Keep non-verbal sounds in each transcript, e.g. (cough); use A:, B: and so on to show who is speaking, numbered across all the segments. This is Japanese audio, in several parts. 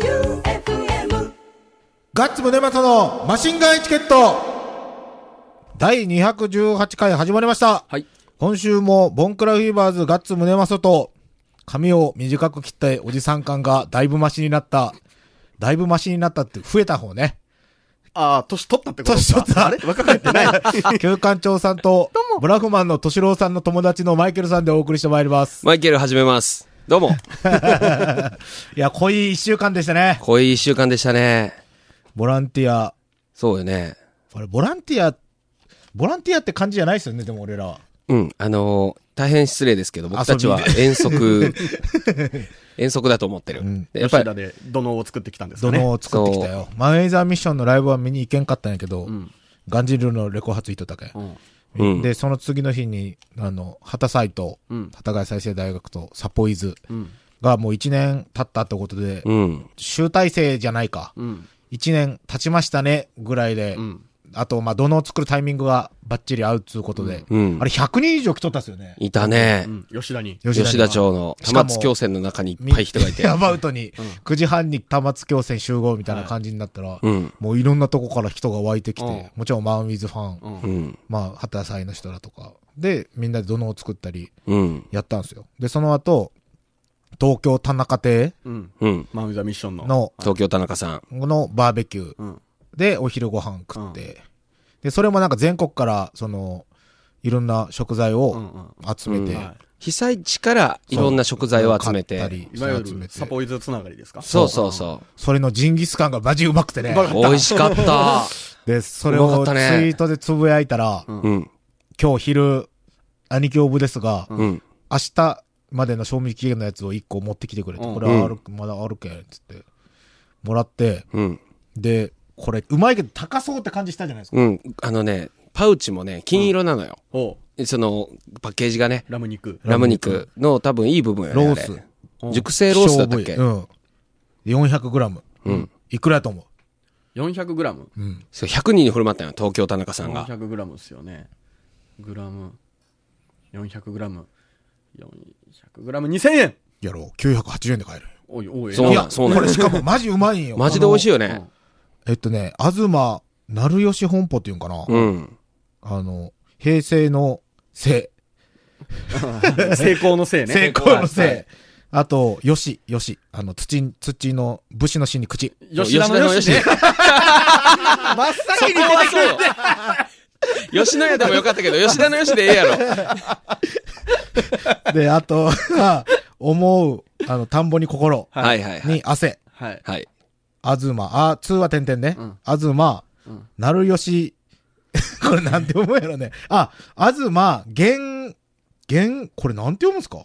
A: J-O-E-U-F-M
B: ガッツムネマソのマシンガンエチケット第218回始まりました。
C: はい。
B: 今週もボンクラフィーバーズガッツムネマソと髪を短く切ったおじさん感がだいぶマシになった、だいぶマシになったって増えた方ね。
D: ああ、年取ったってこと
B: 年取った
D: あれ若返ってない。
B: (laughs) 旧館長さんとブラフマンの敏郎さんの友達のマイケルさんでお送りしてまいります。
C: マイケル始めます。ど
D: (laughs)
C: うも。
B: いや、濃い一週間でしたね。
C: 濃い一週間でしたね。
B: ボランティア。
C: そうよね。
B: あれ、ボランティア、ボランティアって感じじゃないですよね、でも俺らは。
C: うん。あのー大変失礼ですけど、僕たちは遠
D: (laughs)
C: 足、遠足だと思ってる。でや
D: や
C: っぱ
D: っ
C: り、
D: で土のうを作ってきたんです
B: 土
D: か
B: の
D: ね。
B: を作ってきたよ。マンエイザーミッションのライブは見に行けんかったんやけど、ガンジルのレコ発行っとったけ、
C: うん
B: で、その次の日に、あの、畑斎と、
D: ん
B: 畑谷再生大学とサポイズ
D: ん
B: がもう1年経ったってことで、
C: うん。
B: 集大成じゃないか。
D: うん。
B: 1年経ちましたね、ぐらいで、
D: ん
B: あと、まあ、土のを作るタイミングがバッチリ合うっつうことで、
C: うん
B: あれ100人以上来とったっすよね。
C: いたね
D: う。ん。吉田に。
B: には
C: 吉田町の玉津京線の中にいっぱい人がいて。
B: アバウトに、9時半に玉津京線集合みたいな感じになったら、
C: うん。
B: もういろんなとこから人が湧いてきて、
D: うん
B: もちろんマンウィズファン、
D: うん
C: うん。
B: まあ、畑祭の人だとか、で、みんなで土のうを作ったり、
C: うん。
B: やったんですよ。で、その後、東京田中亭
D: うん。
C: うん。
D: マン・ウィザ・ミッションの。
B: の、
C: 東京田中さん。
B: のバーベキュー
D: うん。
B: でお昼ご飯食って、で、それもなんか全国から、その、いろんな食材
D: う
B: を
D: んうん。
B: 集めて、
C: うん
D: は
C: 被災地からいろんな食材を集め
B: 買った
C: て。
B: り
D: い。いわゆ
B: 集め
D: る
B: て
D: サポイズつながりですか
C: そうそうそ
B: それのジンギスカンがマジうまくてね。
C: う。美味しかった。
D: (laughs)
B: で、それ
C: うまか
B: を
C: っ
B: ツイ
C: たね
B: ートでつぶやいたら、
D: うん
C: うん。
B: 今日昼、兄貴オブですが、
C: うん。
B: 明日までの賞味期限のやつを1個持ってきてくれて、
D: うん
B: これはある、まだあるけん、つって、もらって、
C: うん。
B: で、これ、うまいけど高そうって感じしたじゃないですか。
C: うん。あのね、パウチもね、金色なのよ。
D: おう
C: その、パッケージがね、
D: ラム肉。
C: ラム肉の多分いい部分やね。
B: ロース
C: あれ熟成ロースだったっけ
B: 希少部位うん。400グラム。
C: うん。
B: いくらやと思
D: 400g。
B: ううん。
C: そう、100人に振る舞ったのよ、東京田中さんが。
D: 400g ですよね。グラム。400g。400g2000 円
B: やろう。980円で買える。
D: おいおい。
C: そう
B: い
C: な
B: や、
C: ん、そうな
B: こ
C: ん
B: れ。しかもマジうまいんよ。
C: (laughs) マジで美味しいよ
D: えら
C: ね。
B: あのえっとね、東、成吉本舗っていうんかな。
C: うん。
B: あの、平成のせ
D: うん (laughs) 成功のせい
B: い。(laughs)
D: ね。
B: 成功の
D: は
B: せ
D: い。
B: い。あと、よし、よし。あの、土、土の、武士の死に口。
D: 吉田のよしね。
C: 吉
D: 真っ先に
C: 田のそうよ (laughs) 吉野家でもよかったけど、 (laughs) 吉田のよしでええやろ。
B: で、あと (laughs) は、思う、あの、田んぼに心
C: はいはいはい。
B: に汗、
D: はい。
C: はい。
B: あずま、あ、通は点々ね
D: うん。
B: あずま
D: うん、
B: なるよし、 (laughs) これなんて読むんやろね。あ、あずま、げん、げん、これなんて読むんすか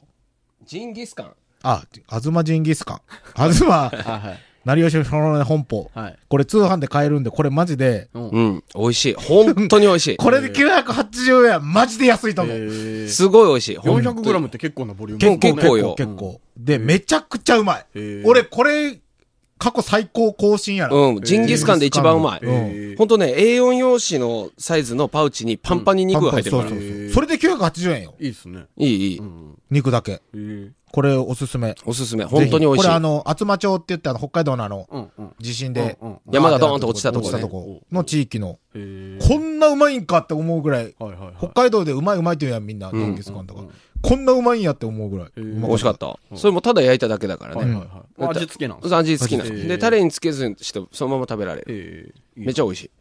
C: ジンギスカン。
B: あ、あずまジンギスカン。あずま、
D: はいはい。
B: なるよし本舗。
D: はい。
B: これ通販で買えるんで、これマジで、
C: うん。美味しい。本当に美味しい。
B: これで980円、マジで安いと思う。
D: えー
C: すごい美味しい。ほんとに
D: 400g って結構なボリューム
C: 結構
D: ね
C: 結構よ
B: 結構。で、めちゃくちゃうまい
D: へー。
B: 俺、これ、過去最高更新やな。
C: うん。ジンギスカンで一番うま
B: ジンギスカン
C: い。
B: うん
D: えー
C: ほんとね、A4 用紙のサイズのパウチにパンパンに肉が入ってるから。
B: そう
C: い
B: そうそう
D: へー
B: それで980円よ。
D: いいっすね。
C: い、いい。
B: 肉だけ。
D: うん。
B: これおすすめ。
C: おすすめ。本当に美
B: ぜひ
C: 味し
B: これあ
C: い。
B: の、厚真町って言ってあの、北海道のあの、
D: うんうん。
B: 地震で
D: うんうん、
C: 山がドーンと落ちたとこね
B: 落ちたとこの地域の、
D: へー
B: こんなうまいんかって思うぐらい、
D: はいはいはい。
B: 北海道でうまいうまいって言うやん、みんな、ジンギスカンとか。こんなうまいんやって思うぐらい。
D: ー
B: うま
C: 美味しかった。それもただ焼いただけだから
D: はい
C: ね。
D: はいはい味付けなんですか
C: 味付きなん
D: 味
C: です。
D: 付け
C: で、タレにつけずにして、そのまま食べられる。
D: えーいい
C: めちゃ美味しい。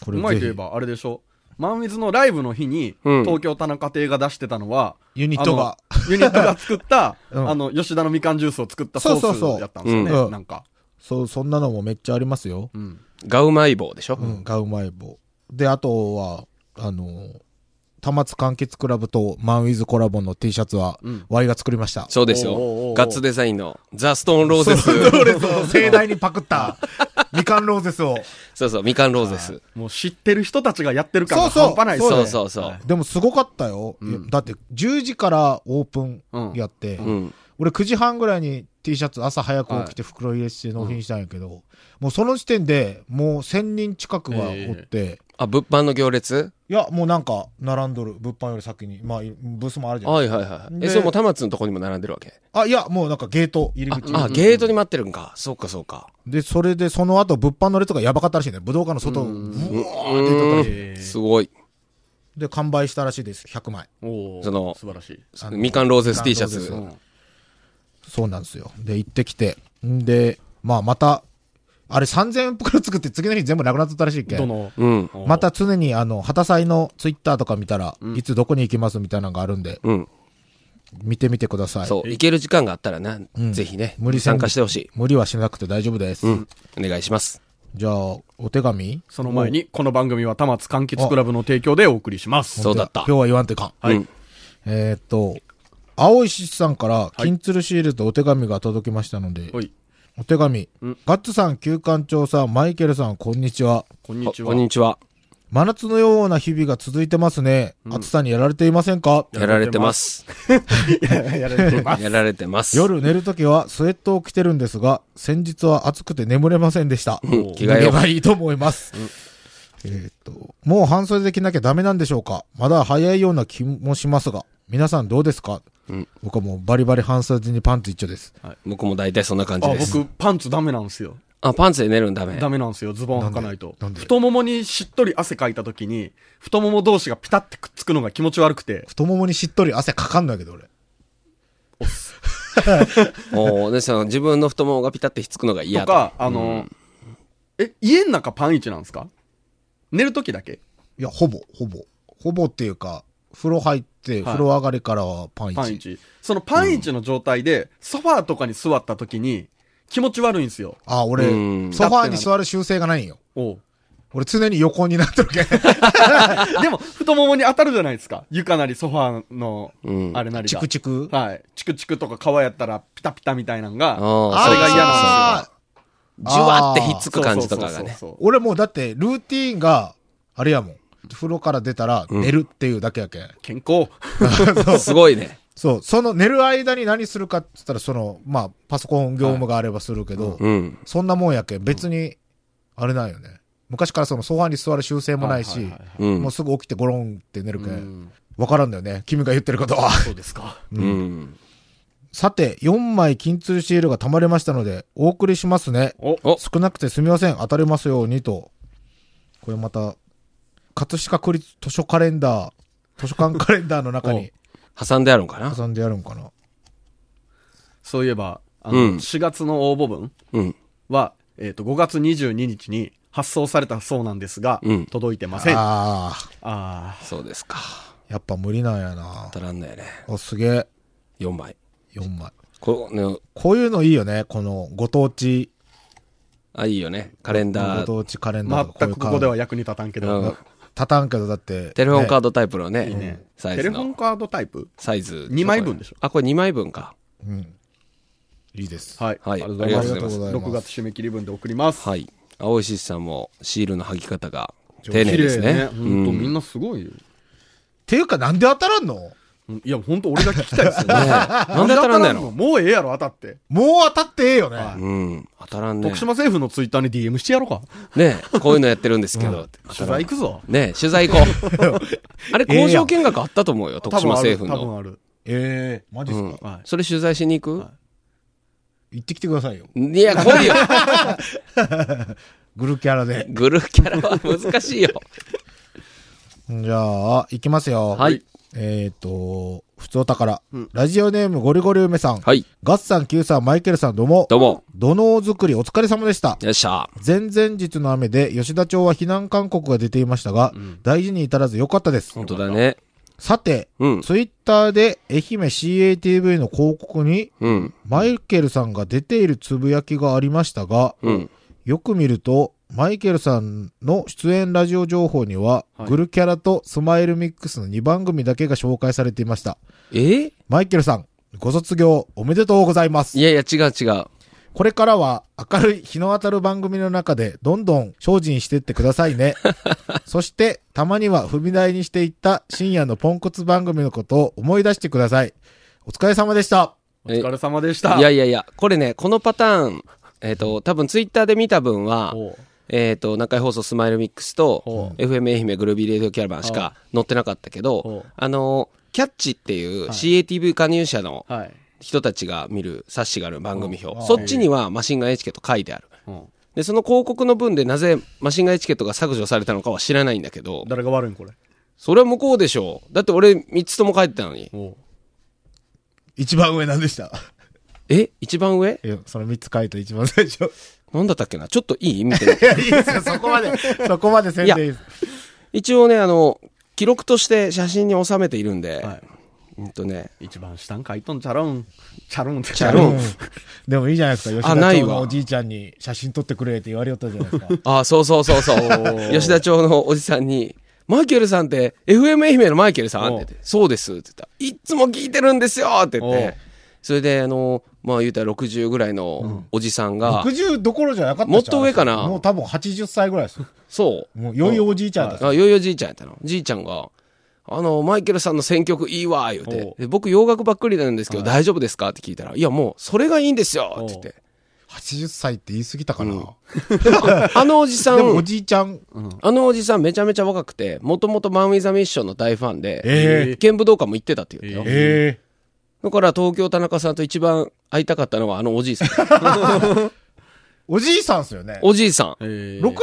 B: こ
D: う
B: れ
D: まい
B: ぜ
D: といえ
B: ひ、
D: ば、あれでしょマンウィズのライブの日に、
C: うん
D: 東京田中亭が出してたのは、
B: ユニットが
D: あの。ユニットが作った、
B: (laughs) うん
D: あの、吉田のみかんジュースを作ったソ
B: そうそうそ
D: ー
B: う
D: スやったんですよね。
B: うん
D: なんか。
B: そう、そんなのもめっちゃありますよ。
D: うん。
C: ガウマイ棒でしょ
B: うん、がうまい棒。で、あとは、あの、玉津柑橘クラブとマンウィズコラボの T シャツは
D: うん、
B: ワイが作りました。
C: そうです
D: おうおうおうお
C: よ。
D: う
C: ガッツデザインのザ・ストーン・ローゼス。 (laughs)
B: ローレスを盛大にパクった、みかんローゼスを。
C: そうそう、みかんローゼス。
D: もう知ってる人たちがやってる感が
B: そうそう
D: 半端ないです
B: そ
C: そううそうそ
D: は
C: う
D: い。
B: でもすごかったよ。
D: うん
B: だって10時からオープンやって、
C: うん。
B: 俺9時半ぐらいに T シャツ朝早く起きて袋入れして納品したんやけど、もうその時点でもう1000人近くはおって、
C: あ、物販の行列
B: いや、もうなんか並んどる。物販より先に。まあ、ブースもあるじゃん。
C: はいはいはい。
B: で
C: え、それもう田松のとこにも並んでるわけ
B: あ、いや、もうなんかゲート入り
C: あ
B: 口。、
C: あゲートに待ってるんか。そうかそうか。
B: で、それでその後物販の列がやばかったらしいね。武道館の外、
D: う
B: うんわーって言っとったらしい
D: えー
C: すごい。
B: で、完売したらしいです。100枚。
D: おー
C: その
D: 素晴らしい。
B: あの
C: みかんローゼス T シャ
B: み
C: ツ
B: か。
D: うん
B: そうなんですよ。で、行ってきて。んで、まあまた、あれ3000袋作って次の日全部なくなっとったらしいっけ
D: どの
C: うん。
B: また常にあの、畑祭のツイッターとか見たら、いつどこに行きますみたいなのがあるんで、
C: うん。
B: 見てみてください。
C: そう。行ける時間があったらな、ぜひね。
B: 無理せん
C: 参加してほしい。
B: 無理はしなくて大丈夫です。
C: うん。お願いします。
B: じゃあ、お手紙
D: その前に、この番組は田松柑橘クラブの提供でお送りします。
C: そうだった
B: 今日は言わんといかん。
D: はい。
C: うん
B: えーっと、青石さんから、金鶴シールとお手紙が届きましたので、
D: おい、
B: お手紙、ガッツさん、旧館長さん、マイケルさん、こんにちは。
D: こんにち
C: あ
D: は。
C: こんにちは。
B: 真夏のような日々が続いてますね。暑さにやられていませんか、
C: やられてます。
D: やられてます。
C: やられてます。
B: 夜寝るときはスウェットを着てるんですが、先日は暑くて眠れませんでした。
C: うん着替
B: 脱
C: え
B: げ
C: よう。
B: ばいいと思います。えーっと、もう半袖で着なきゃダメなんでしょうかまだ早いような気もしますが、皆さんどうですか、
C: うん
B: 僕はもうバリバリ半袖にパンツ一丁です。
C: 僕も大体そんな感じ
D: (laughs) あ
C: で、す。
D: 僕、パンツダメなんですよ。
C: あ、パンツで寝るんダメ。
D: ダメなんですよ。ズボン履かないと
B: なんでなんで。
D: 太ももにしっとり汗かいた時に、太もも同士がピタってくっつくのが気持ち悪くて、
B: 太ももにしっとり汗かかんだけど俺。
C: おーで、その自分の太ももがピタってひっつくのが嫌
D: と
C: だ
D: か、あの、え、家ん中パンイチなんですか寝る時だけ
B: いや、ほぼ、ほぼ。ほぼっていうか、風呂入って、風呂上がりからはパンイチ。
D: パンイチ。そのパンイチの状態で、ソファーとかに座った時に、気持ち悪いんですよ。
B: ああ、俺、
C: うん
B: ソファーに座る習性がないんよ。 (laughs)
D: おう
B: 俺常に横になってるけん。
D: (laughs) でも、太ももに当たるじゃないですか。床なりソファーの
C: う、ん
D: あれなり
B: チ
D: が。
B: クチク。
D: はい。チクチクとか皮やったらピタピタみたいなのが、
C: あー
D: それが嫌なん
B: あ
D: で
C: じゅわってひっつく感じとかがね。
D: そうそうそうそう
B: ー俺もうだって、ルーティーンが、あれやもん。風呂から出たら、
C: ん
B: 寝るっていうだけやけん。
D: 健康。
C: すごいね。
B: そう、その寝る間に何するかって言ったら、その、まあ、パソコン業務があればするけど、
C: うん。
B: そんなもんやけん、別に、あれなんよね。昔からそのソファーに座る習性もないし、
D: はいはいはいは
C: う
B: も
C: ん
B: う。すぐ起きてゴロンって寝るけ、
D: うんん
B: わからんだよね。君が言ってることは。
D: (laughs) そうですか。
C: うん。
B: さて、4枚金通シールが溜まりましたので、お送りしますね。
D: お、
C: お
B: 少なくてすみません。当たりますようにと。これまた、葛飾区立図書カレンダー、図書館カレンダーの中に
C: 挟んであるんかな
B: 挟んでやるんかな。
D: そういえば、あ
C: うん
D: の、4月の応募分
C: うん。
D: は、えっと、5月22日に発送されたそうなんですが
C: うん、
D: 届いてません。
B: あ
D: ああー。
C: そうですか。
B: あ、やっぱ無理なんやな。
C: 当たらんだよね。
B: お、すげえ。
C: 4枚。
B: 4枚。
C: こね、
B: こういうのいいよね。この、ご当地、
C: あ、いいよね。カレン
B: ご
C: ダー。
B: 当地カレンダーとか
D: 全くここでは役に立たんけ
C: う
D: ど
C: ん。
B: 立たんけど、だって、
C: テレフォンカー
B: ね
C: ドタイプのね、
D: いいね
C: サイ
D: テ
C: ズ
D: レフォン
C: の。
D: カードタイプ
C: サイズ。
D: 二枚分でしょ
C: あ、これ2枚分か。
B: いいです。
D: はい。
C: はい
D: あり
B: あ
D: が
B: りが
D: とう
B: と
D: ご
B: う
D: ざい
B: ございま
D: ます。
B: す。
D: 6月締め切り分で送ります。
C: はい。青石さんもシールの剥き方が丁寧
D: 綺
C: です
D: 麗
C: ね。
D: 本当
C: うん
D: みんなすごいよ。
B: っていうか、なんで当たらんの
D: うんいや、本当俺が聞きたいですよね。
C: ねえ (laughs) なんで当たらんのやろ
D: もうええやろ、当たって。
B: もう当たってええよね。
D: は
C: うん。当たらんね。
D: 徳島政府のツイッターに DM してやろうか。
C: ねこういうのやってるんですけど。
D: 取材行くぞ。
C: ね取材
D: (laughs)
C: 行こう。あれ、
B: ええやん
C: 工場見学あったと思うよ。徳島政府
D: 多
C: の。
D: 分ある。
B: ええマジっすか、
D: 多分ある。はい。
C: それ取材しに行く
D: は
B: 行ってきてくださいよ。
C: いや、来
D: (laughs)
C: いよ。
B: グルキャラで。
C: グルキャラは難しいよ。
B: じゃあ、行きますよ。
C: はい。
B: えっ、と、普通お宝、
D: うん
B: ラジオネームゴリゴリ梅さん。
C: はい。
B: ガッツさん、キューさん、マイケルさん、どうも。
C: どうも。
B: 土のう作りお疲れ様でした。
C: よっしゃ。
B: 前々日の雨で吉田町は避難勧告が出ていましたが、大事に至らず良かったです。
C: 本当だね。
B: さて、
C: うん。
B: ツイッターで愛媛 CATV の広告に、
C: うん。
B: マイケルさんが出ているつぶやきがありましたが、
C: うん。
B: よく見ると、マイケルさんの出演ラジオ情報には、
D: はい
B: グルキャラとスマイルミックスの2番組だけが紹介されていました。
C: え
B: マイケルさん、ご卒業おめでとうございます
C: い。やいや、違う違う。
B: これからは明るい日の当たる番組の中でどんどん精進してってください
D: (laughs)
B: ね。そして、たまには踏み台にしていった深夜のポンコツ番組のことを思い出してください。お疲れ様でした。
D: お疲れ様でした。
C: いやいやいや、これね、このパターン、えっ、と、多分ツイッターで見た分は、
D: おう
C: えっ、と、中井放送スマイルミックスと、
D: ほ
C: FM 愛媛グルービーレディオキャラバンしか載ってなかったけ
D: ほ
C: ど
D: う、
C: あの、キャッチっていう CATV 加入者の
D: はい。
C: 人たちが見る冊子がある番組
B: ほう
C: 表。そっちにはマシンガンエチケット書いてある。
D: うん
C: で、その広告の分でなぜマシンガンエチケットが削除されたのかは知らないんだけど、
D: 誰が悪いんこれ。
C: それは向こうでしょう。だって俺3つとも書いてたのに。
D: おう
B: 一番上何でした
C: え一番上
B: いや、その三つ書いた一番最
D: (laughs)
B: 初。
C: なんだったっけなちょっといいみたいな。
B: いや、いいですよ、そこまで、そこまで宣伝いいです。
C: 一応ね、あの、記録として写真に収めているんで、
D: はい。
C: うんとね、
D: 一番下ん書いとんチャロン。チャロンって。
C: チャロン
B: うんでもいいじゃないですか、吉田
C: ない
B: 町
C: わ
B: のおじいちゃんに写真撮ってくれって言われよったじゃないですか。
C: ああ、そうそうそう (laughs) そう。吉田町のおじさんに、マイケルさんって FM 愛媛のマイケルさんって言って、そうですって言ったら。いっつも聞いてるんですよって言っ
D: おう
C: て、それで、あの、まあ言うたら60ぐらいのおじさんが、
B: 60どころじゃなかった
C: もっと上かな
B: もう多分80歳ぐらいですよ。
C: そう、
B: もう、よいおじいちゃんだった。
C: あ、よいよじいちゃんやったの。じいちゃんが、あの、マイケルさんの選曲いいわ、言う
D: おう
C: て。で僕洋楽ばっかりなんですけど、大丈夫ですかって聞いたら、いや、もう、それがいいんですよって言って。
B: 80歳って言い過ぎたかな。
C: (laughs) あのおじさ
B: でもお
C: ん、
B: じいちゃん、
C: あのおじさんめちゃめちゃ若くて、もともとマン・ウィザ・ミッションの大ファンで、
B: ええ
C: 剣武道館も行ってたって言ってよ。
B: ええ
C: だから東京田中さんと一番会いたかったのはあのおじいさん。
B: おじいさんですよね。
C: おじいさん。
D: えー。
B: 60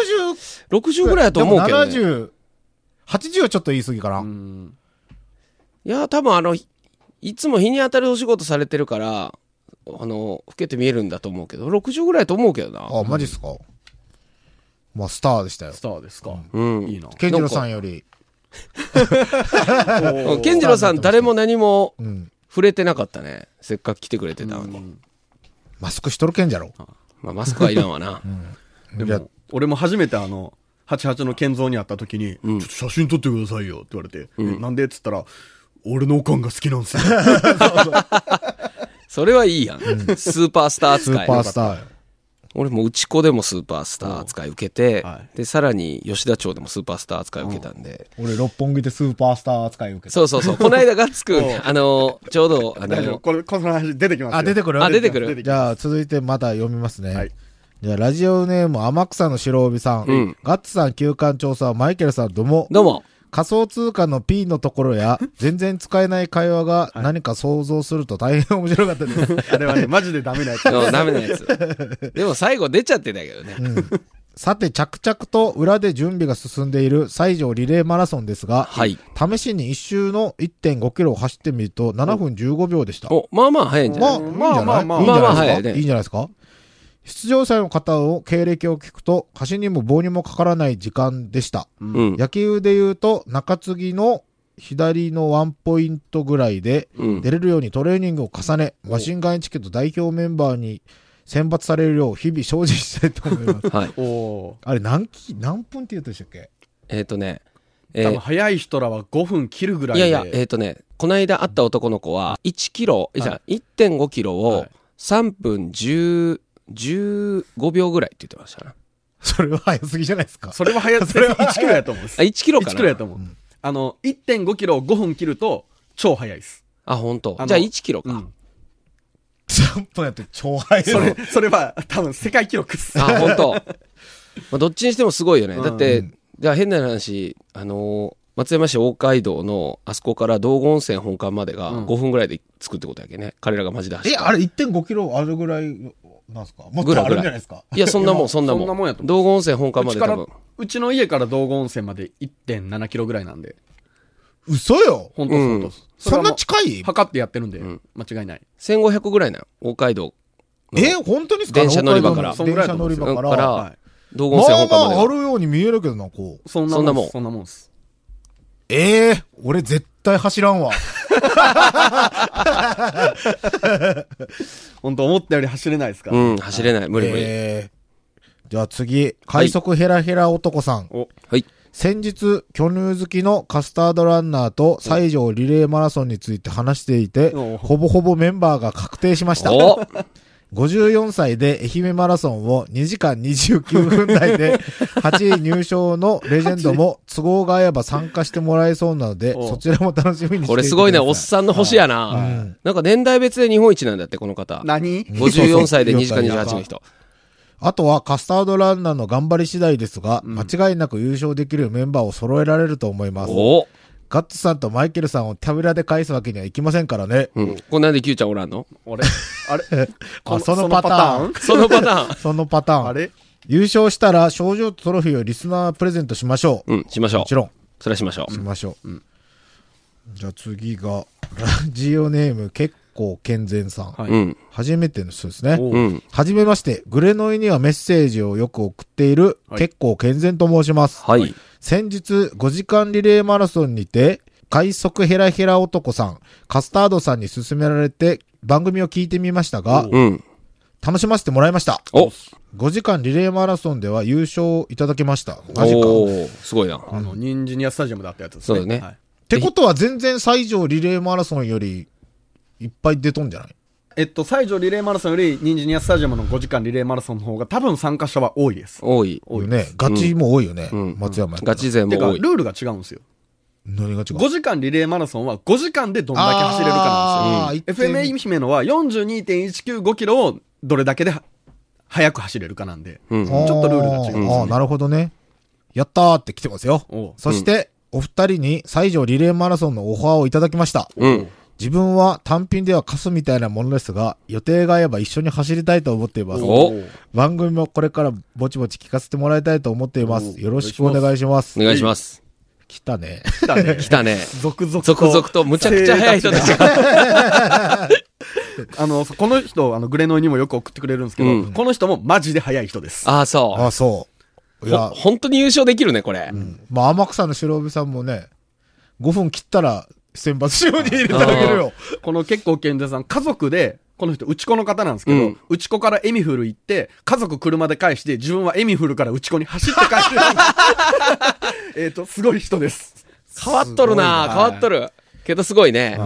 C: 60ぐらいだと思うけど、ね。
B: でも70、80はちょっと言い過ぎかな。
D: うん。
C: いや、多分あの、いいつも日に当たるお仕事されてるから、あの、老けて見えるんだと思うけど、60ぐらいだと思うけどな。
B: あ、マジっすか。まあ、スターでしたよ
D: ス。ターですか。
C: うん。
D: いいな。
B: ケンジロさんより。
C: うん健次郎さん誰も何も
B: うん。
C: 触れてなかったね。せっかく来てくれてたのに。
B: マスクしとるケンジャロ。
C: まあ、マスクはいらんわな。
D: で
B: じゃあ
D: も、俺も初めてあの、88の健三に会った時に、ちょっと写真撮ってくださいよって言われて、えなんでっつったら、俺のおかんが好きなんすよ。
C: それはいいやん。スーパースター
B: ス
C: 扱
B: ー
C: い。
B: パースターよ。
C: 俺もうち子でもスーパースター扱い受けて、
D: は
C: で、さらに吉田町でもスーパースター扱い受けたんで。
B: 俺、六本木でスーパースター扱い受けた。
C: そうそうそう。この間ガッツくん、あの、ちょうど、あ
D: 大丈夫。
C: の、
D: これ、この話出てきますよ。
B: あ、出てくる
C: あ出てくる
B: じゃあ、続いてまた読みますね。
D: はい
B: じゃあ、ラジオネーム、天草の白帯さん。
C: ん
B: ガッツさん、休館調査、マイケルさん、どうも。
C: どうも。
B: 仮想通貨の P のところ
C: (laughs)
B: や、全然使えない会話が何か想像すると大変面白かった
C: (laughs)
B: です。
D: あれはね、マジでダメなやつ。
C: のダメなやつ。でも最後出ちゃってたけどね。
B: さて、着々と裏で準備が進んでいる西条リレーマラソンですが、
C: はい
B: 試しに一周の1.5キロを走ってみると7分15秒でした。
C: お、まあまあ早いんじゃ
B: まあ、
C: ない
D: まあまあま
B: い
D: あ
B: いんじゃない
C: まあまあ
B: いいんじゃない
C: 早
B: で
C: い
B: す
C: ね
B: か。いいんじゃないですか。出場者の方の経歴を聞くと、橋にも棒にもかからない時間でした。
C: うん。
B: 野球で言うと、中継ぎの左のワンポイントぐらいで、
C: うん。
B: 出れるようにトレーニングを重ね、マシンガンエチケット代表メンバーに選抜されるよう日々精進したいと思います。
C: (laughs) はい。
D: おお
B: あれ何キ、何分って言うとでしたっけ
C: えっ、とね、
D: ー。
C: え
D: 多
C: ー
D: 分早い人らは5分切るぐらい
C: い
D: で。
C: やいや、えっ、とね、この間会った男の子は、1キロ、じゃあ1.5キロ
D: は
C: を
D: い
C: 3分10、15秒ぐらいって言ってましたな。
B: それは早すぎじゃないですか。
D: それは早い。それ (laughs) は1キロやと思うんです。
C: あ、1キロかな
D: 1キロやと思う。あの、1.5キロを5分切ると、超早いです。
C: あ、本当
D: あの
C: じゃあ1キロ
D: う
C: か。
D: ん。
B: 3分やって超早い。
D: それ、それは多分世界記録っす。
C: あ、本当まあどっちにしてもすごいよね。
D: うん
C: だって、じゃあ変な話、あのー松山市大街道のあそこから道後温泉本館までが
D: うん
C: 5分ぐらいで着くってことやけね。彼らがマジで走っ
B: え、
C: た。
B: あれ1.5キロあるぐらいなんすかもっとあるんじゃないですか
C: いや、そんなもん、そんなもん。
D: そんなもんやと思う
C: 道後温泉本館
D: う
C: ま
D: ち
C: で
D: から
C: 多分。、
D: うちの家から道後温泉まで1.7キロぐらいなんで。
B: 嘘よ
D: 本当
C: うん
D: 本当
B: そんな近い
D: 測ってやってるんで、
C: ん
D: 間違いない。
C: 1500ぐらいなの。大街道。
B: え、本当にですか
C: 電車乗り場から
B: 北海道の電車乗り場
C: だ
B: か。
C: からら、
B: まあ
D: はい
C: 道後温泉
B: ま
C: 本館までが。
B: あ、あるように見えるけどな、こう。
D: そんな
C: そんな
D: も
C: も
D: ん。
C: ん
D: そんなもんっす。
B: ええ俺絶対走らんわ。
D: 本当思ったより走れないですから。
C: うん、走れない。無理無理。
B: えーじゃあ次、快速ヘラヘラ男さん。
D: お、
C: はい。
B: 先日、巨乳好きのカスタードランナーと西条リレーマラソンについて話していて、
D: お
B: ほぼほぼメンバーが確定しました。
C: お
B: 54歳で愛媛マラソンを2時間29分台
C: (laughs)
B: で8位入賞のレジェンドも都合が合えば参加してもらえそうなので、
C: お
B: そちらも楽しみにしていてください。
C: これすごいね、おっさんの星や
B: う
C: な。
B: ん
C: なんか年代別で日本一なんだって、この方。
D: 何
C: 54歳で2時間28の人。
B: あとはカスタードランナーの頑張り次第ですが、間違いなく優勝できるメンバーを揃えられると思います。
C: お
B: ガッツさんとマイケルさんを手ぶらで返すわけにはいきませんからね。
C: うん。これなんで Q ちゃんおらんの
D: 俺、
C: (laughs)
D: あれこ
B: あ、そのパターン。
C: そのパターン。
B: そのパターン。
D: あれ
B: 優勝したら賞状とトロフィーをリスナープレゼントしましょう。
C: (laughs) うん、しましょ
B: もち
C: う。
B: ろん。
C: それはしましょ。
B: しましょう。じゃあ次が、 (laughs) ラジオネーム結構健全さん。
D: はいう
C: うん。
B: 初めての人ですね。
D: お
C: うん。
B: はじめまして、グレノイにはメッセージをよく送っている、
D: はい
B: 結構健全と申します。
C: はい。
B: 先日、5時間リレーマラソンにて、快速ヘラヘラ男さん、カスタードさんに勧められて、番組を聞いてみましたが、
C: うん。
B: 楽しませてもらいました。
C: お
B: 5時間リレーマラソンでは優勝いただきました。マジか。
C: おーすごいな。
D: あの、ニンジニアスタジアムだったやつです
C: そうだね
D: はい
B: ってことは全然西条リレーマラソンよりいっぱい出とんじゃない
D: えっと、西条リレーマラソンより、ニンジニアスタジアムの5時間リレーマラソンの方が多分参加者は多いです。
C: 多い。
D: 多いで
B: ね
D: す。。
B: ガチも多いよね。
C: うん
B: 松山やったら
C: ガチ勢も
D: てか、
C: 多
D: ル
C: い。
D: ールが違うんですよ。
B: 何が違う
D: 5時間リレーマラソンは5時間でどんだけ走れるかなんですよ。
B: あー
D: FMA 姫野は42.195キロをどれだけでは速く走れるかなんで。
C: うん。
B: あ
D: ちょっとルールが違うんですよね
B: あーなるほどね。やったーって来てますよ
D: おう。
B: そして、お二人に西条リレーマラソンのオファーをいただきました。
C: うん。
B: 自分は単品ではカスみたいなものですが、予定が合えば一緒に走りたいと思っています。
C: お
D: ー
B: 番組もこれからぼちぼち聞かせてもらいたいと思っていま
D: お
B: す。
D: う
B: よろしくお願いします。
C: お願いします。
B: 来たね。
D: 来たね。
C: 来たね。
D: 続々と。
C: 続々と、むちゃくちゃ早い人たちが。
D: あの、この人、あの、グレノイにもよく送ってくれるんですけど、
C: うん
D: この人もマジで速い人です。
C: ああ、そ
B: あ、そう。
C: う。
B: い
C: ほ
B: や、
C: 本当に優勝できるね、これ。
B: まあ、天草の白帯さんもね、5分切ったら、選抜しように入れてあげるよ。
D: この結構健全さん、家族で、この人、内子の方なんですけど、
C: うん
D: 内子からエミフル行って、家族車で返して、自分はエミフルから内子に走って返してる。えっと、すごい人です。
C: 変わっとるな
D: すご
C: 変
D: い
C: わっとる。けどすごいね。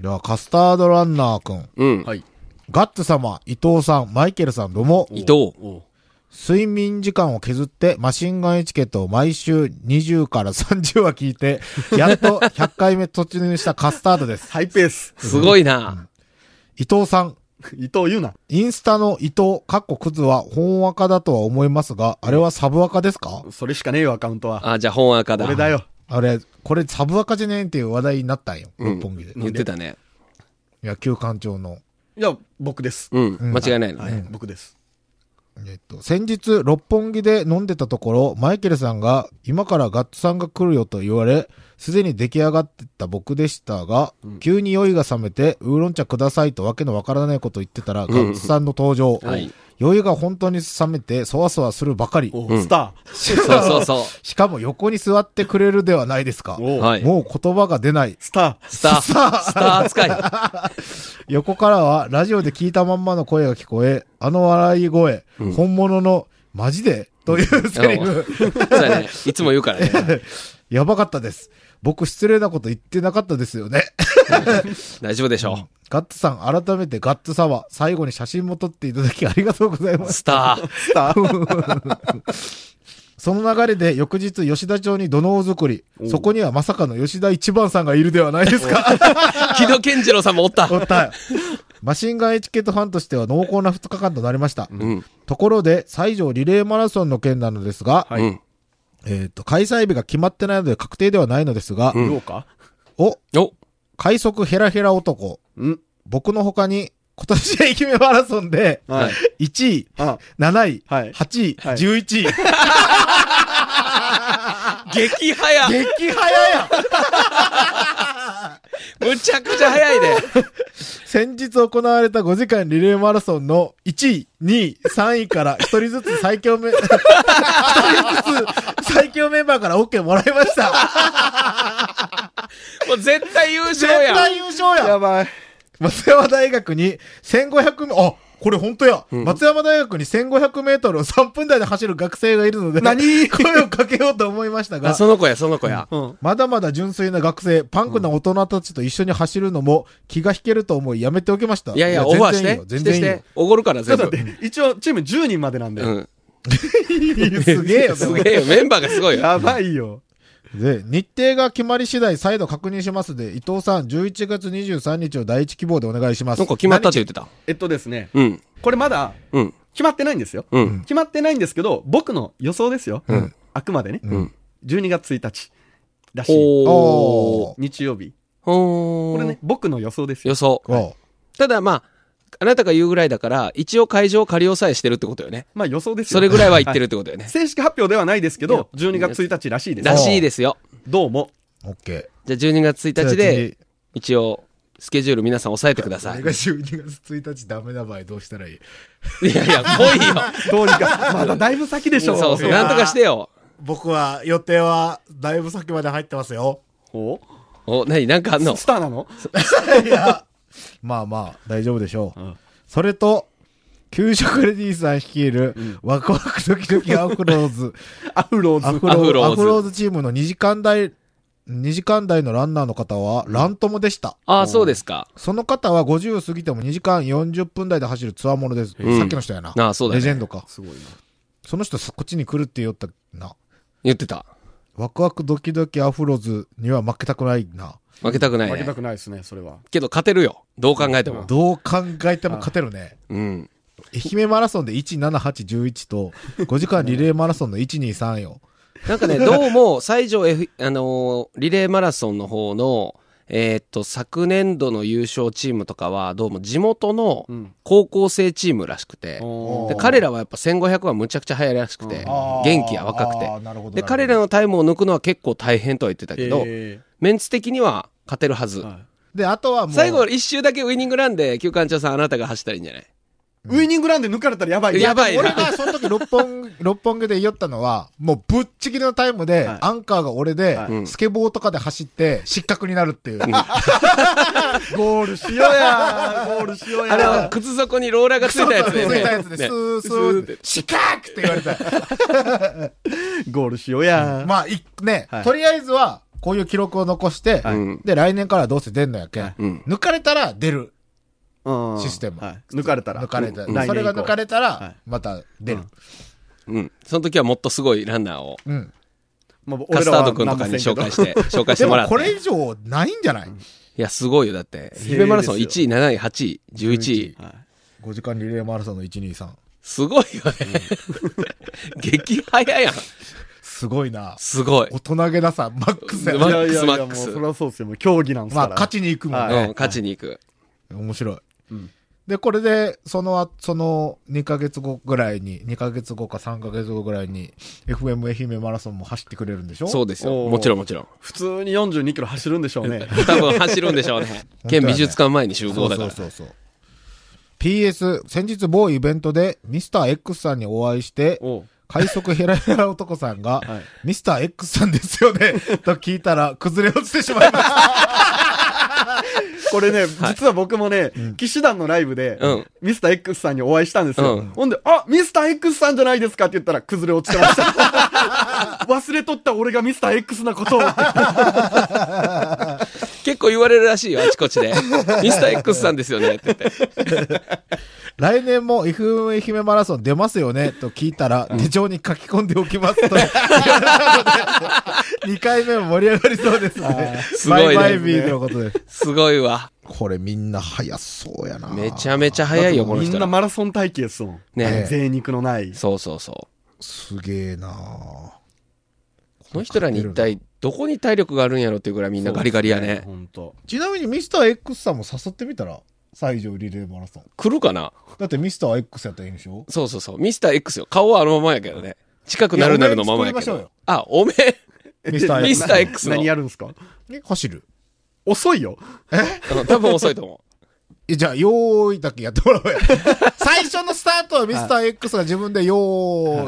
B: では、カスタードランナーくん、
C: うん。
D: はい。
B: ガッツ様、伊藤さん、マイケルさんどうも、
C: 伊藤。
D: お
B: 睡眠時間を削って、マシンガンエチケットを毎週20から30は聞いて、やっと100回目突入したカスタードです。
D: ハイペース。
C: すごいな
B: 伊藤さん、
D: 伊藤優な
B: インスタの伊藤、かっこクズは本赤だとは思いますが、あれはサブ赤ですか
D: それしかねえよ、アカウントは。
C: あ、じゃあ本赤だ。
D: 俺だよ。
B: あれ、これサブ赤じゃねえんっていう話題になったんよ。六本木で。
C: 言ってたね。
B: 野球館長の。
D: いや、僕です。
C: うん。間違いないの
D: は
C: ね。
D: い、僕です。
B: えっと、先日、六本木で飲んでたところ、マイケルさんが、今からガッツさんが来るよと言われ、すでに出来上がってた僕でしたが、急に酔いが覚めて、ウーロン茶くださいとわけのわからないこと言ってたら、ガッツさんの登場。
C: はい
B: 酔いが本当に覚めて、そわそわするばかり。
D: おスタ
C: そうそうそ
B: しかも横に座ってくれるではないですか。
D: ー。お
C: う。はい。
B: もう言葉が出ない。
D: スター。
C: スター、スター扱い。
B: 横からはラジオで聞いたまんまの声が聞こえ、あの笑い声、本物の、マジでというセリフ。
C: そうやね。いつも言うからね。
B: やばかったです。僕失礼なこと言ってなかったですよね。 (laughs)
C: 大丈夫でしょ
B: ガッツさん、改めてガッツサワー、最後に写真も撮っていただきありがとうございま
C: う。 (laughs)
B: す。
C: スター。
D: スター。
B: その流れで翌日吉田町に土のう作り、そこにはまさかの吉田一番さんがいるではないですか。
C: 木戸健次郎さんもおった。
B: おった。マシンガンエチケットファンとしては濃厚な2日間となりました。
C: うん。
B: ところで、西条リレーマラソンの件なのですが、
D: はい
C: うん
B: えっ、と、開催日が決まってないので確定ではないのですが、
C: うん
D: どうか
B: お、
C: お、
B: 快速ヘラヘラ男、
D: うん。
B: 僕の他に、今年愛媛マラソンで、
D: はい。
B: 1位、
D: あ、
B: 7位、
D: はい
B: 8位、
D: はい
B: 11位。
C: 激早
B: (laughs) 激早やん
C: むちゃくちゃ早いで。
B: 先日行われた5時間リレーマラソンの1位、2位、3位から1人ずつ最強メ、 (laughs) 一人ずつ最強メンバーから OK もらいました。
C: もう絶対優
B: 絶
C: (laughs) 勝やん。
B: 対優勝やん
D: ばい。
B: 松山大学に1500名、あ、これ本当や、松山大学に1500メートルを3分台で走る学生がいるので、
D: 何
B: 声をかけようと思いました
C: あ
B: が、
C: その子や、その子や。
D: うん。
B: まだまだ純粋な学生、パンクな大人たちと一緒に走るのも気が引けると思いやめておきました。
C: いやいや、オファー
B: 全
C: し
B: 然いい
C: て
B: よ。全
C: し
B: 然い
C: てし
B: いよ
C: て。おごるから、
D: ちょ
C: 全
D: っと
C: 部
D: 待。って、一応チーム10人までなんで。
C: うん。
B: (laughs) すげえよ、
C: すげえよ、メンバーがすごいよ。
D: やばいよ。
B: で、日程が決まり次第再度確認しますで、伊藤さん、11月23日を第一希望でお願いします。
C: なんか決まったって言ってた。
D: えっとですね、
C: うん。
D: これまだ
C: うん。
D: 決まってないんですよ。
C: うん。
D: 決まってないんですけど、僕の予想ですよ。あくまでね。
C: うん。
D: 12月1日らしい。
C: ほー。
D: 日曜日。
C: ほー。
D: これね、、僕の予想ですよ。
C: 予想。
B: おう
C: ただまあ、あなたが言うぐらいだから、一応会場を仮押さえしてるってことよね。
D: まあ予想ですよ。
C: それぐらいは言って
D: る。
C: るってことよ
D: (laughs)
C: ね。
D: 正式発表ではないですけど、12月1日らしいです
C: ら。しいですよ。
D: どうも。
B: オッケ
C: じゃあ12月
B: ー。
C: 1日で、一応、スケジュール皆さん押さえてくださ
B: 俺
C: い
B: が。12月1日ダメな場合どうしたらいい
C: いやいや、来いよ。
D: (laughs) どうにか。まだだいぶ先でし (laughs)
C: そ
D: ょ。
C: うそう、なんとかしてよ。
B: 僕は予定はだいぶ先まで入ってますよ。
D: お
C: お、なに、なんかあんの
D: スターなの
B: いや、まあまあ大丈夫でしょう。
D: うん
B: それと、給食レディーさん率いる、ワクワクドキドキアフロー
C: (laughs)
B: ズ、
D: アフロー
B: ア
D: ズ。
B: フロー
C: アフローズ
B: アフローズチームの2時間台、2時間台のランナーの方は、ラントモでした。
C: ああ、そうですか。
B: その方は50を過ぎても2時間40分台で走るつわものです。
C: うん
B: さっきの人やな。
C: ああそうだね
B: レジェンドか。
D: すごいな。
B: その人こっちに来るって言おったな。
C: 言ってた。
B: ワクワクドキドキアフローズには負けたくないな。
C: 負けたくない
D: 負け
C: ね
D: た。くないですね、それは。
C: けど勝てるよ。どう考えても。
B: どう考えても勝てるね。
C: うん。
B: 愛媛マラソンで17811と、5時間リレーマラソンの123よ。
C: なん
B: (laughs)
C: かね、どうも、西条 F、あのーリレーマラソンの方の、えーっと、昨年度の優勝チームとかは、どうも地元の
D: ん
C: 高校生チームらしくて、
D: おー
C: で彼らはやっぱ1500はむちゃくちゃ早いらしくて、元気や若くて
B: あーなるほど。
C: で、彼らのタイムを抜くのは結構大変とは言ってたけど、
D: え
C: メンツ的には勝てるはず。
D: ーはい
B: で、あとはもう、
C: 最後、一周だけウイニングランで、旧館長さんあなたが走ったらいいんじゃない
D: ウイニングランで抜かれたらやばいね。
C: やばい
B: 俺がその時六本、 (laughs) 六本木で言おったのは、もうぶっちぎりのタイムで、
D: はい
B: アンカーが俺で、
D: はい
B: スケボーとかで走って、失格になるっていう。
D: ゴールしようやゴールしようや
C: あれは靴底にローラーがついたやつ
B: つ
C: で
B: (laughs)
C: ね。
B: いたやつで、ス
C: ね
B: ース
D: スー
B: ー
D: っ
B: って、失格って言われた。
D: ゴールしようや
B: まあ、いね
D: は、い
B: とりあえずは、こういう記録を残して
C: い、
B: で、来年からどうせ出んのやけ
D: は
B: ん
D: い。
C: うん。
B: 抜かれたら出る。
D: うん
B: システム
D: はい抜かれたら。
B: 抜かれた
D: うん来年以降
B: それが抜かれた
D: は
B: ら
D: い、
B: また出る。
C: うん。その時はもっとすごいランナーを、
B: うん。
D: まあ、
C: カ
D: 俺
C: ス
D: ら
C: ター
D: は
C: ド君とかに紹介して、紹介し
B: で
C: ても
B: も
C: らっ、て。
B: これ以上ないんじゃない
C: いや、すごいよ。だって、
D: 精鋭
C: 愛
D: ですよ
C: 媛マラソン1位、7位、8位、11
B: 11
C: 位。
B: ?5 時間リレーマラソンの123。
C: すごいよね。激早やん。
B: すごいな。
C: すごい。
B: 大人げなさ、マックスや
C: マ
B: な
C: ッ
D: い
C: ク
D: やいやい
C: マ
D: や、
C: ッ
D: も
C: ク
D: う
C: ス
D: それはそうですよ。もう競技なんですか
B: ま
D: ら。
B: あ、勝ちに行くもん
C: う
B: ね。
C: ん、勝ちに行く。
B: 面白い。で、これで、その後、その、2ヶ月後ぐらいに、2ヶ月後か3ヶ月後ぐらいに、FM 愛媛マラソンも走ってくれるんでしょ
C: そうですよ。
D: おー
C: もちろんもちろん。
D: 普通に42キロ走るんでしょうね。
C: 多分走るんでしょうね。県美術館前に集
B: そ
C: 合
B: う
C: だか
B: そう
C: ら。
B: そうそう。PS、先日某イベントで、ミスター X さんにお会いして、
D: おう
B: 快速ヘラヘラ男さんが、
D: はい
B: ミスター X さんですよね、と聞いたら、崩れ落ちてしまいました。
D: これね、実は僕もね、騎士団のライブで
C: うん、
D: ミスター X さんにお会いしたんです
C: う
D: よ
C: ん。
D: ほんで、あ、ミスター X さんじゃないですかって言ったら崩れ落ちてました。忘れとった (laughs) 俺がミスター X なことを。
C: 結構言われるらしいよ、あちこちで。ミスター X さんですよね、って言って。
B: 来年も FM 愛媛マラソン出ますよね、と聞いたら、手帳に書き込んでおきますと言われたので、2回目も盛り上がりそうですね。
C: すごいね
B: バイバイビーのことです。
C: すごいわ。
B: これみんな早そうやな。
C: めちゃめちゃ早いよ、この
D: みん
C: 人ら
D: な。マラソン体型ですもん。
C: ね
D: 贅肉のない。
C: そうそうそう。
B: すげえな
C: この人らに一体、どこに体力があるんやろっていうぐらいみんなガリガリやね。
D: 本当。
B: ちなみにミスター X さんも誘ってみたら、西条リレーマラソン。
C: 来るかな
B: だってミスター X やったらいいんでしょ
C: そうそうそう。ミスター X よ。顔はあのままやけどね。近くなるなるのままやけ
B: いやお面作りましょう
C: ど
B: よ。
C: あ、おめえ。 (laughs)
B: ミスター X
C: ミスター X の
D: 何やるんですか
B: え走る
D: 遅いよ。
C: うん多分遅いと思
B: えじゃあ、よーいだけやってもらおう
C: (laughs)
B: や。最初のスタートはミスター X が自分でよ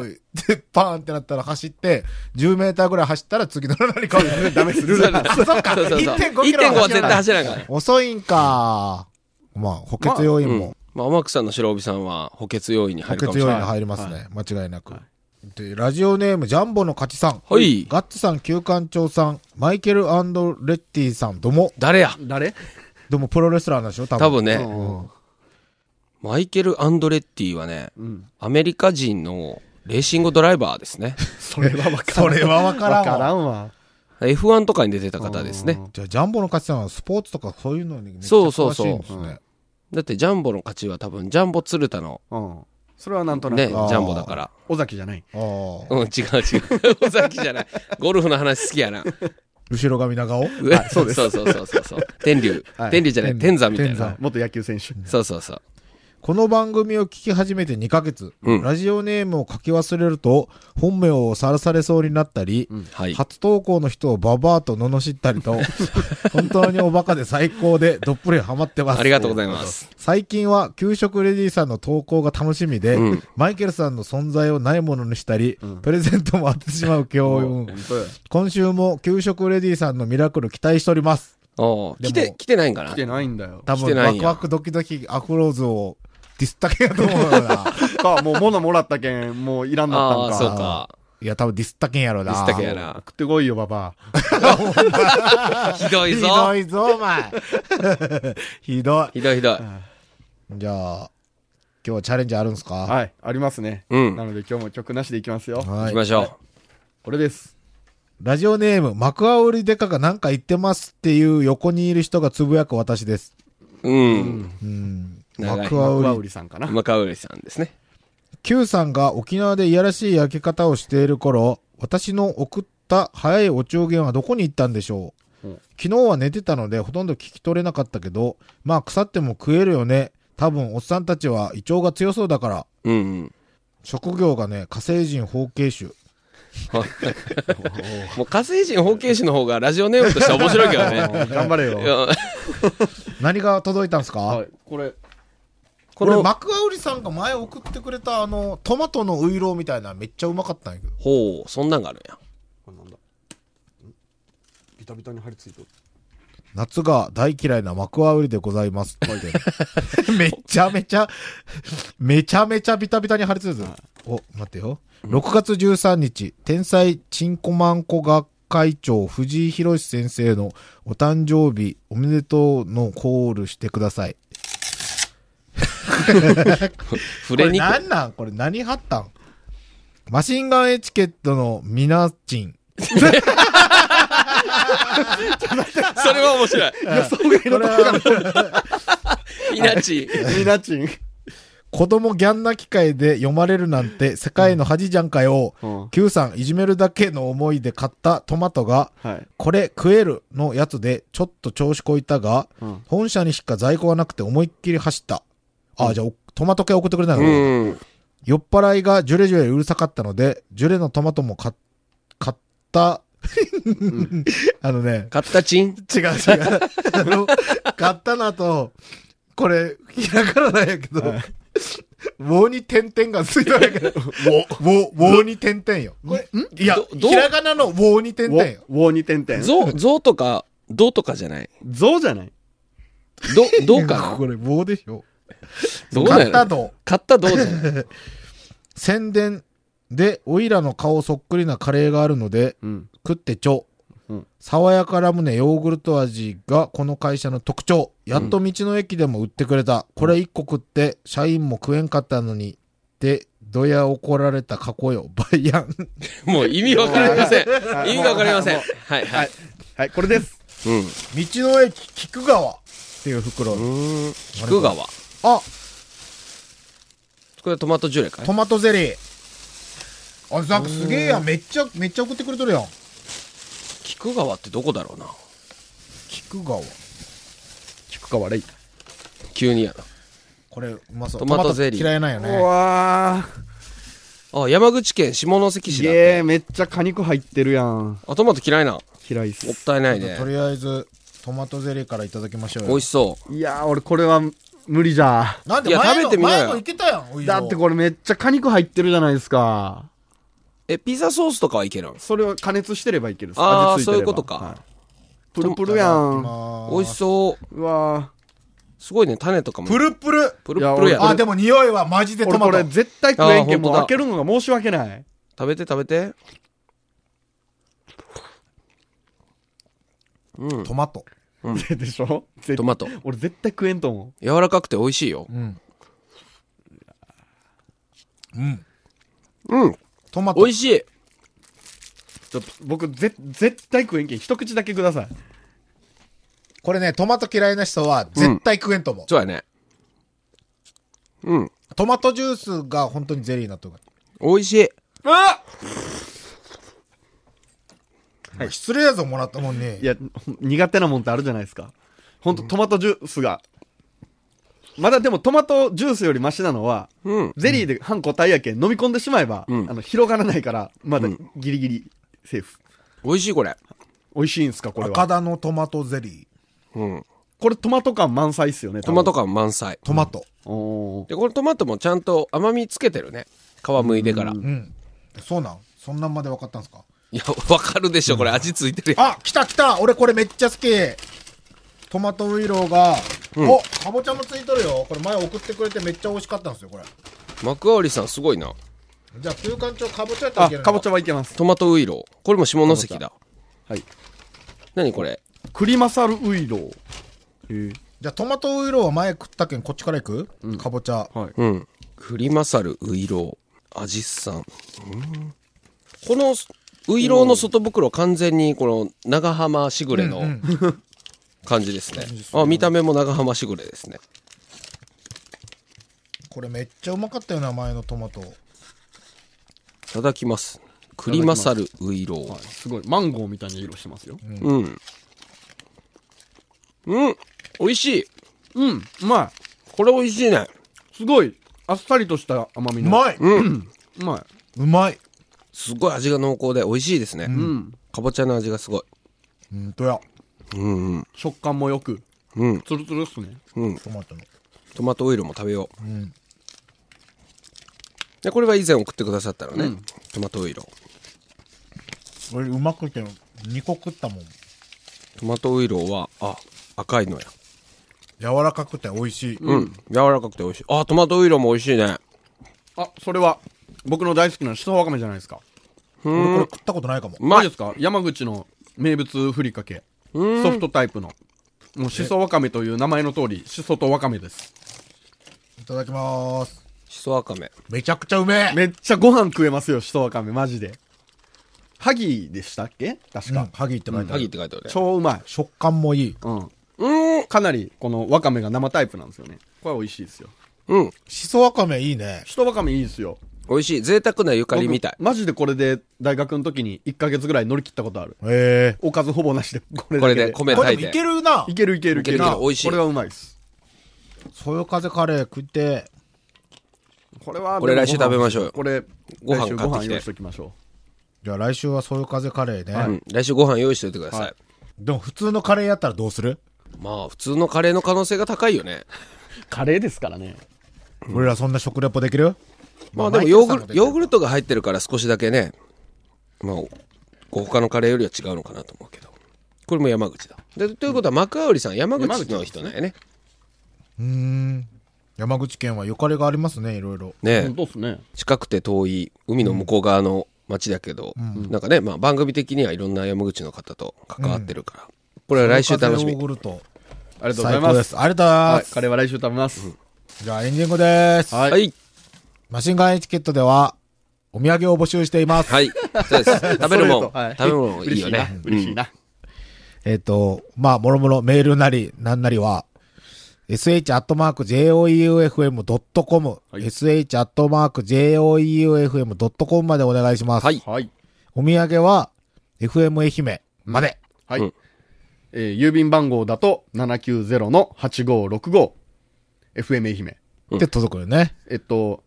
B: ーい。で、パーンってなったら走って、10メーターぐらい走ったら次の何かを
D: ダメです。
C: う。
D: ルールだ。
C: そう
B: そっか
C: そうそうそう。
B: 1.5キロ
C: 1.5は
B: 走
C: 絶
B: ら
C: 対
B: ない
C: 走らないから。
B: 遅いんかまあ、補欠要員
C: う
B: も
C: ん。まあ、天草の白帯さんは補欠要員に入るか
B: 補
C: も
B: 欠
C: しれ
B: 要
C: ない。
B: 員に入りますね。間違いなく。で、ラジオネーム、ジャンボの勝ちさん。
C: はい
B: ガッツさん、旧館長さん、マイケル・アンドレッティさん、どうも。
C: 誰や
D: 誰
B: どうも、プロレスラーなんでしょ多分。
C: 多分ね、
D: うん
C: マイケル・アンドレッティはね、アメリカ人のレーシングドライバーですね。 (laughs)
D: それはわか
B: そ
D: らん。
B: れはわからんわ
D: わからんわ。
C: F1 とかに出てた方ですね。
B: じゃあ、ジャンボの勝ちさんはスポーツとかそういうのにめっちゃ
C: そうそう
B: 詳し
C: そう
B: いんですね。
C: だってジャンボの勝ちは多分ジャンボ鶴田の
D: うん。それはなんとな
C: ね、
D: く。
C: ジ
B: あー
C: ャンボだから。
D: 尾崎じゃない。
B: ああ。
C: うん、違う違う。 (laughs) 尾崎じゃない。ゴルフの話好きやな。
B: 後ろ髪長尾
C: そうです。そうそうそうそうそう。天竜。
D: はい
C: 天竜じゃない、
B: 天
C: 天山みたい
B: 天
C: な
B: 山。
D: 元野球選手。
C: そうそうそう。
B: この番組を聞き始めて2ヶ月、
C: うん
B: ラジオネームを書き忘れると、本名をさらされそうになったり、
C: はい。
B: 初投稿の人をババアと罵った
C: (laughs)
B: りと、本当におバカで最高でどっぷりハマってます。
C: ありがとうございます。
B: 最近は給食レディーさんの投稿が楽しみで、
C: うん
B: マイケルさんの存在をないものにしたり、プレゼントも当ててしまう強運。今週も給食レディーさんのミラクル期待しております。
C: おー
B: でも
C: 来て、来てないんかな
D: 来てないんだよ。
B: 多
C: 来て
B: 分
C: な
B: ワ
C: いん
B: ク
C: や
B: ワクドキドキアフローズをディスったけやと思うよ
C: (laughs)
B: な。
D: か、もう物もらったけん、もういらんな
C: ああー、
D: ったん
C: そう
D: か。
C: か。
B: いや、多分ディスったけんやろな。
C: ディスったけんやな
D: 食ってこいよ、ババ
C: ひど
B: (laughs)
C: い
B: ひど
C: ぞ。
B: いぞ、お前。 (laughs) ひどい。
C: ひどいひどい。
B: じゃあ、今日はチャレンジあるんすか
D: ア。はい、ありますね。
C: うん
D: なので今日も曲なしでいきますよ。
B: は
C: 行きましょ
D: これです。
B: ラジオネーム、幕あおりデカがなんか言ってますっていう横にいる人がつぶやく私です。
C: う。うん。
B: うん。
C: 長い
B: 幕あ
D: ワ
B: お
D: ウ
B: り。
D: リさんかな。
C: 馬川浦さんですね。
B: Q さんが沖縄でいやらしい焼け方をしている頃、私の送った早いお中元はどこに行ったんでしょう、
D: うん
B: 昨日は寝てたのでほとんど聞き取れなかったけど、まあ腐っても食えるよね。多分おっさんたちは胃腸が強そうだから。
C: うんうん。
B: 職業がね、火星人方形種。
C: (laughs) もう火星人方形師の方がラジオネームとしては面白いけどね。
D: (laughs) 頑張れ
C: い
D: よ。
C: や
B: 何が届いたんすか、
D: はい、これ、
C: (laughs)
B: こ
C: この
B: れ、マクアウリさんが前送ってくれた、あの、トマトのウイローみたいなめっちゃうまかったんやけど。
C: ほう、そんなんがあるんや。
D: これなんだ。んビタビタに張り付いてる。
B: 夏が大嫌いなマクアウリでございますって。めちゃめちゃ、めちゃめちゃビタビタに張り付いてる。お、待ってよ。6月13日、天才チンコマンコ学会長藤井博先生のお誕生日おめでとうのコールしてください。
C: 触れにくい
B: これ何なんこれ何貼ったんマシンガンエチケットのミナチン。
C: それは面白い。
D: 予想外のとこから
C: みなち。
D: ミナチン。
B: 子供ギャンな機会で読まれるなんて世界の恥じゃんかよ。
D: うん。
B: Q さんいじめるだけの思いで買ったトマトが、
D: はい。
B: これ食えるのやつでちょっと調子こいたが、
D: うん
B: 本社にしか在庫がなくて思いっきり走った。あ、じゃあおトマト系送ってくれないうの、
C: ん。
B: 酔っ払いがジュレジュレうるさかったので、ジュレのトマトも買っ買った、 (laughs) あのね、
C: 買ったちん
B: 違う違う。あの、買ったなと、これ、ひらがななんやけど、棒に点々がついたんやけど、棒、棒に点々よ。これいや
C: ど、どう
B: ひらがなの棒に点
D: ウォ
B: 々
D: ー
B: よ。
D: ウォーに点々。
C: ゾウ、ゾウとか、ドとかじゃない。
D: ゾウじゃない (laughs)
C: ど、どうか
B: これ棒でしょ。
C: どうだ
B: 買
C: よ
B: った。と。
C: 買ったどうじゃない。
B: 宣伝で、おいらの顔そっくりなカレーがあるので、
D: うん。
B: 食ってちょ。
D: うん
B: 爽やかラムネヨーグルト味がこの会社の特徴。やっと道の駅でも売ってくれた。これ一個食って、社員も食えんかったのに。で、どや怒られた過去よ。バ (laughs) イアン。
C: もう意味わかりません。
D: い
C: 意味がわかりません。
D: も
C: はい、は
D: はいい。。はい、これです。
C: うん。
B: 道の駅菊川っていう袋。
C: うん。菊川。こ
B: あ、
C: れトマトジュレかい
B: トマトゼリー。あ、なんかすげえやん。めっちゃ、めっちゃ送ってくれとるやん。
C: 菊川ってどこだろうな。
B: 菊川。
D: 菊川レイ。
C: 急にや
B: これ、うまそう。
C: トマトゼリー
B: 嫌いなんよ
D: う
B: ね。
D: わ
C: な。あ、山口県下関市
D: ー。す
C: だっ
D: げえ、
C: て。
D: めっちゃ果肉入ってるやん。
C: あ、トマト嫌いな。も
D: 嫌いっす
C: っ。たいない
B: と
C: ね。
B: りあえず、トマトゼリーからいただきましょうよ。
C: 美味しそう。
D: いやー、俺これは無理じゃ。
B: なん
C: い
B: で
C: や
B: 前
C: 食べ
B: の
C: てみろよ
B: 前もいけたやん、お湯
D: だってこれめっちゃ果肉入ってるじゃないですか。
C: え、ピザソースとかはいけるん
D: それは加熱してればいけるんです
C: あー
D: 味付
C: そう
D: てれば
C: いうことか
D: はいプルプルやん。
B: まあ
C: 美味しそう。
D: うわ
C: すごいね、種とかも。
D: プルプル
C: プルプルや
D: いや
B: あ、でも匂いはマジでト
D: 俺
B: マ
D: こ
B: ト
D: れ。絶対食えんけ
C: あー本
D: ん、も
C: 当
D: う
C: だ
D: 開けるのが申し訳ない。
C: 食べて食べて。うん。
B: トマト。
D: (laughs) でしょ絶
C: トマト。
D: 俺絶対食えんと思
C: 柔らかくて美味しいよ。
B: うん。
C: うん。
B: トマト。
C: 美味しい。
D: う。ちょっと僕ぜ、絶対食えんけん、一口だけください。
B: これね、トマト嫌いな人は絶対食えんと思う。
C: そうやね。うん。
B: トマトジュースが本当にゼリーになってるから
C: 美味しい。
D: あ
B: 失礼やぞ、もらったもんに
D: い。や、ほん苦手なもんってあるじゃないですか。ほんとトマトジュースが。まだでもトマトジュースよりマシなのは、
C: うん。
D: ゼリーで半個体やけん飲み込んでしまえば、
C: ん
D: あの広がらないから、まだギリギリセーフ。
C: 美味しいこれ。
D: 美味しいんすかこれ
B: 赤
D: は。
B: 田のトマトゼリー。
C: うん。
D: これトマト感満載っすよね。
C: トマト
D: 感。
C: 感満載。
B: トマト。
D: おー
C: で、このトマトもちゃんと甘みつけてるね。皮むいてから。
B: うん。そうなんそんなんまで分かったんですか
C: いや、わかるでしょ、これ味ついてるやん。
B: あ、来た来た俺これめっちゃ好きトマトウイローが、おかぼちゃもついとるよこれ前送ってくれてめっちゃ美味しかったんですよ、これ。
C: 幕張さんすごいな。
B: じゃあ、空間長かぼちゃやったら
D: あ、
B: いける
D: かぼち
B: ゃ。
D: ゃはいけます。
C: トマトウイロー。これも下関だ。
D: はい。
C: 何これ
D: 栗マサルウイロー。へ
B: じゃあ、トマトウイローは前食ったけん、こっちから行く、かぼちゃ。
D: はい。
C: うん。栗マサルウイロー。アジスさん。うんこのウイローの外袋完全にこの長浜しぐれの感じですね。あ、見た目も長浜しぐれですね。
B: これめっちゃうまかったよな、前のトマト。
C: いただきます。栗マサルウイロー。
D: はい、すごい。マンゴーみたいな色してますよ。
C: うん。うん。美味しい。
D: うん、うま
C: これ美味しいね。
D: い。すごい。あっさりとした甘み
B: う
D: の。い。
B: まい、
D: うま
B: うまい
C: すごい味が濃厚で美味しいですね。
D: い。うん。
C: かぼちゃの味がすごい。
B: うんとや、
C: うんうん。
D: 食感もよく。
C: うん。
D: ツルツルっすね。
C: うん。
B: トマトの。
C: トマトオイルも食べよう。
B: ん
C: でこれは以前送ってくださったのね。トマトオイル。
B: 俺うまくて、2個食ったもん。
C: トマトオイルは、あ、赤いのや。
B: 柔らかくて美味しい。
C: うん。柔らかくて美味しい。あ、トマトオイルも美味しいね。
D: あ、それは、僕の大好きなしそわかめじゃないですか。
B: 俺これ食ったことないかも。
C: うま
D: マジ
C: い
D: ですか山口の名物ふりかけ。ソフトタイプの。もうしそわかめという名前の通り、しそとわかめです。
B: いただきまーす。
C: しそわかめ。
B: めちゃくちゃうめえ。
D: めっちゃご飯食えますよ、しそわかめ、マジで。萩でしたっけ確
B: うん
D: か。
B: ハギって書いてあ
C: ハギっ
B: る。
C: て書いてあるね。
D: 超うまい。
B: 食感もいい。
D: うん。
C: うん。
D: かなり、このわかめが生タイプなんですよね。これ美味しいですよ。
C: うん。
B: しそわかめいいね。
D: しそわかめいいですよ。
C: 美味しい。贅沢なゆかりみたい
D: 僕。マジでこれで大学の時に1ヶ月ぐらい乗り切ったことある。
B: へ
D: おかずほぼなしで、 (laughs) これ
C: こ
D: だ
C: れ
D: け
C: で
D: で。。
C: 米
B: え。これで
C: 炊い
B: も
C: て
B: い。けるない
D: けるいけるいけ
C: いける
D: る
C: いける美味しい
D: これはうまいです。
B: そよ風カレー食って、
D: これは、
C: これ来週食べましょうよ
D: これ、
C: ご
D: ご
C: 飯
D: 飯
C: 買
D: ご
C: ってきて
D: 飯用意しておきましょ
B: じゃあ来週はそよ風カレーね。
C: うん。来週ご飯用意しておいてくださ
D: はいい。
B: でも普通のカレーやったらどうする、
C: まあ、普通のカレーの可能性が高いよね。
D: う。カレーですからね。
B: 俺らそんな食レポできる
C: まあでもヨーグル、ヨーグルトが入ってるから少しだけね、まあ、こう他のカレーよりは違うのかなと思うけど。これも山口だ。で、ということは幕張さん、山口の人なんやね。
B: うーん。山口県はゆかりがありますね、いろいろ。
C: ねえ
D: 本当っすね。
C: 近くて遠い海の向こう側の町だけど、なんかね、まあ番組的にはいろんな山口の方と関わってるから。これは来週楽しみ
B: そ。よ風ヨーグルト。
D: ありがとうござ
B: 最
D: いま
B: 高
D: す。
B: です。ありがとうございま
D: はい、
B: す。
D: カレーは来週食べます。
B: じゃあエンディングです。
D: はい
C: はい。
B: マシンガンエチケットでは、お土産を募集しています。
C: はい。 (laughs) そうです。食べるもん、
D: ストレートはい
C: 食べるもんいい
D: 嬉し
C: よ
D: いな
C: ね。
D: 嬉しいな。
B: えっ、と、まあ、もろもろメールなり、なんなりは、sh.joeufm.com、
D: はい
B: sh.joeufm.com までお願いします。
C: はい
D: はい。
B: お土産は、FM 愛媛まで。
D: はい。
C: うん
D: えー郵便番号だと790-8565。FM 愛媛。
B: って届くよね。
D: えっと、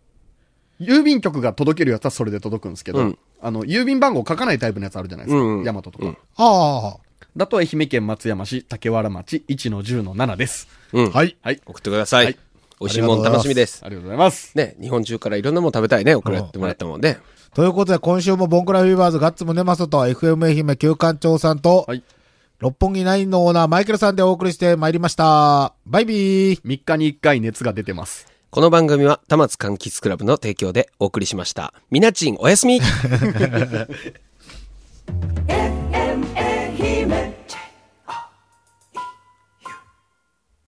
D: 郵便局が届けるやつはそれで届くんですけど、
C: うん
D: あの、郵便番号書かないタイプのやつあるじゃないですか。
C: うんうん
D: 大和とか。
C: うん
B: ああ、
D: だと愛媛県松山市竹原町1-10-7です。
C: うん。
B: はい。
D: はい。
C: 送ってくださ
D: はいい。
C: 美味しいもん楽しみです
D: あ。りがとうございます。
C: ね、日本中からいろんなもの食べたいね、送ってもらったもんね。
B: ということで、今週もボンクラフィーバーズガッツムネマソと FM 愛媛旧館長さんと、
D: はい。
B: 六本木ナインのオーナー、マイケルさんでお送りしてまいりました。バイビー
D: 3日に1回熱が出てます。
C: この番組は、田松柑橘クラブの提供でお送りしました。みなちん、おやすみ
A: M-E-H-I-M-E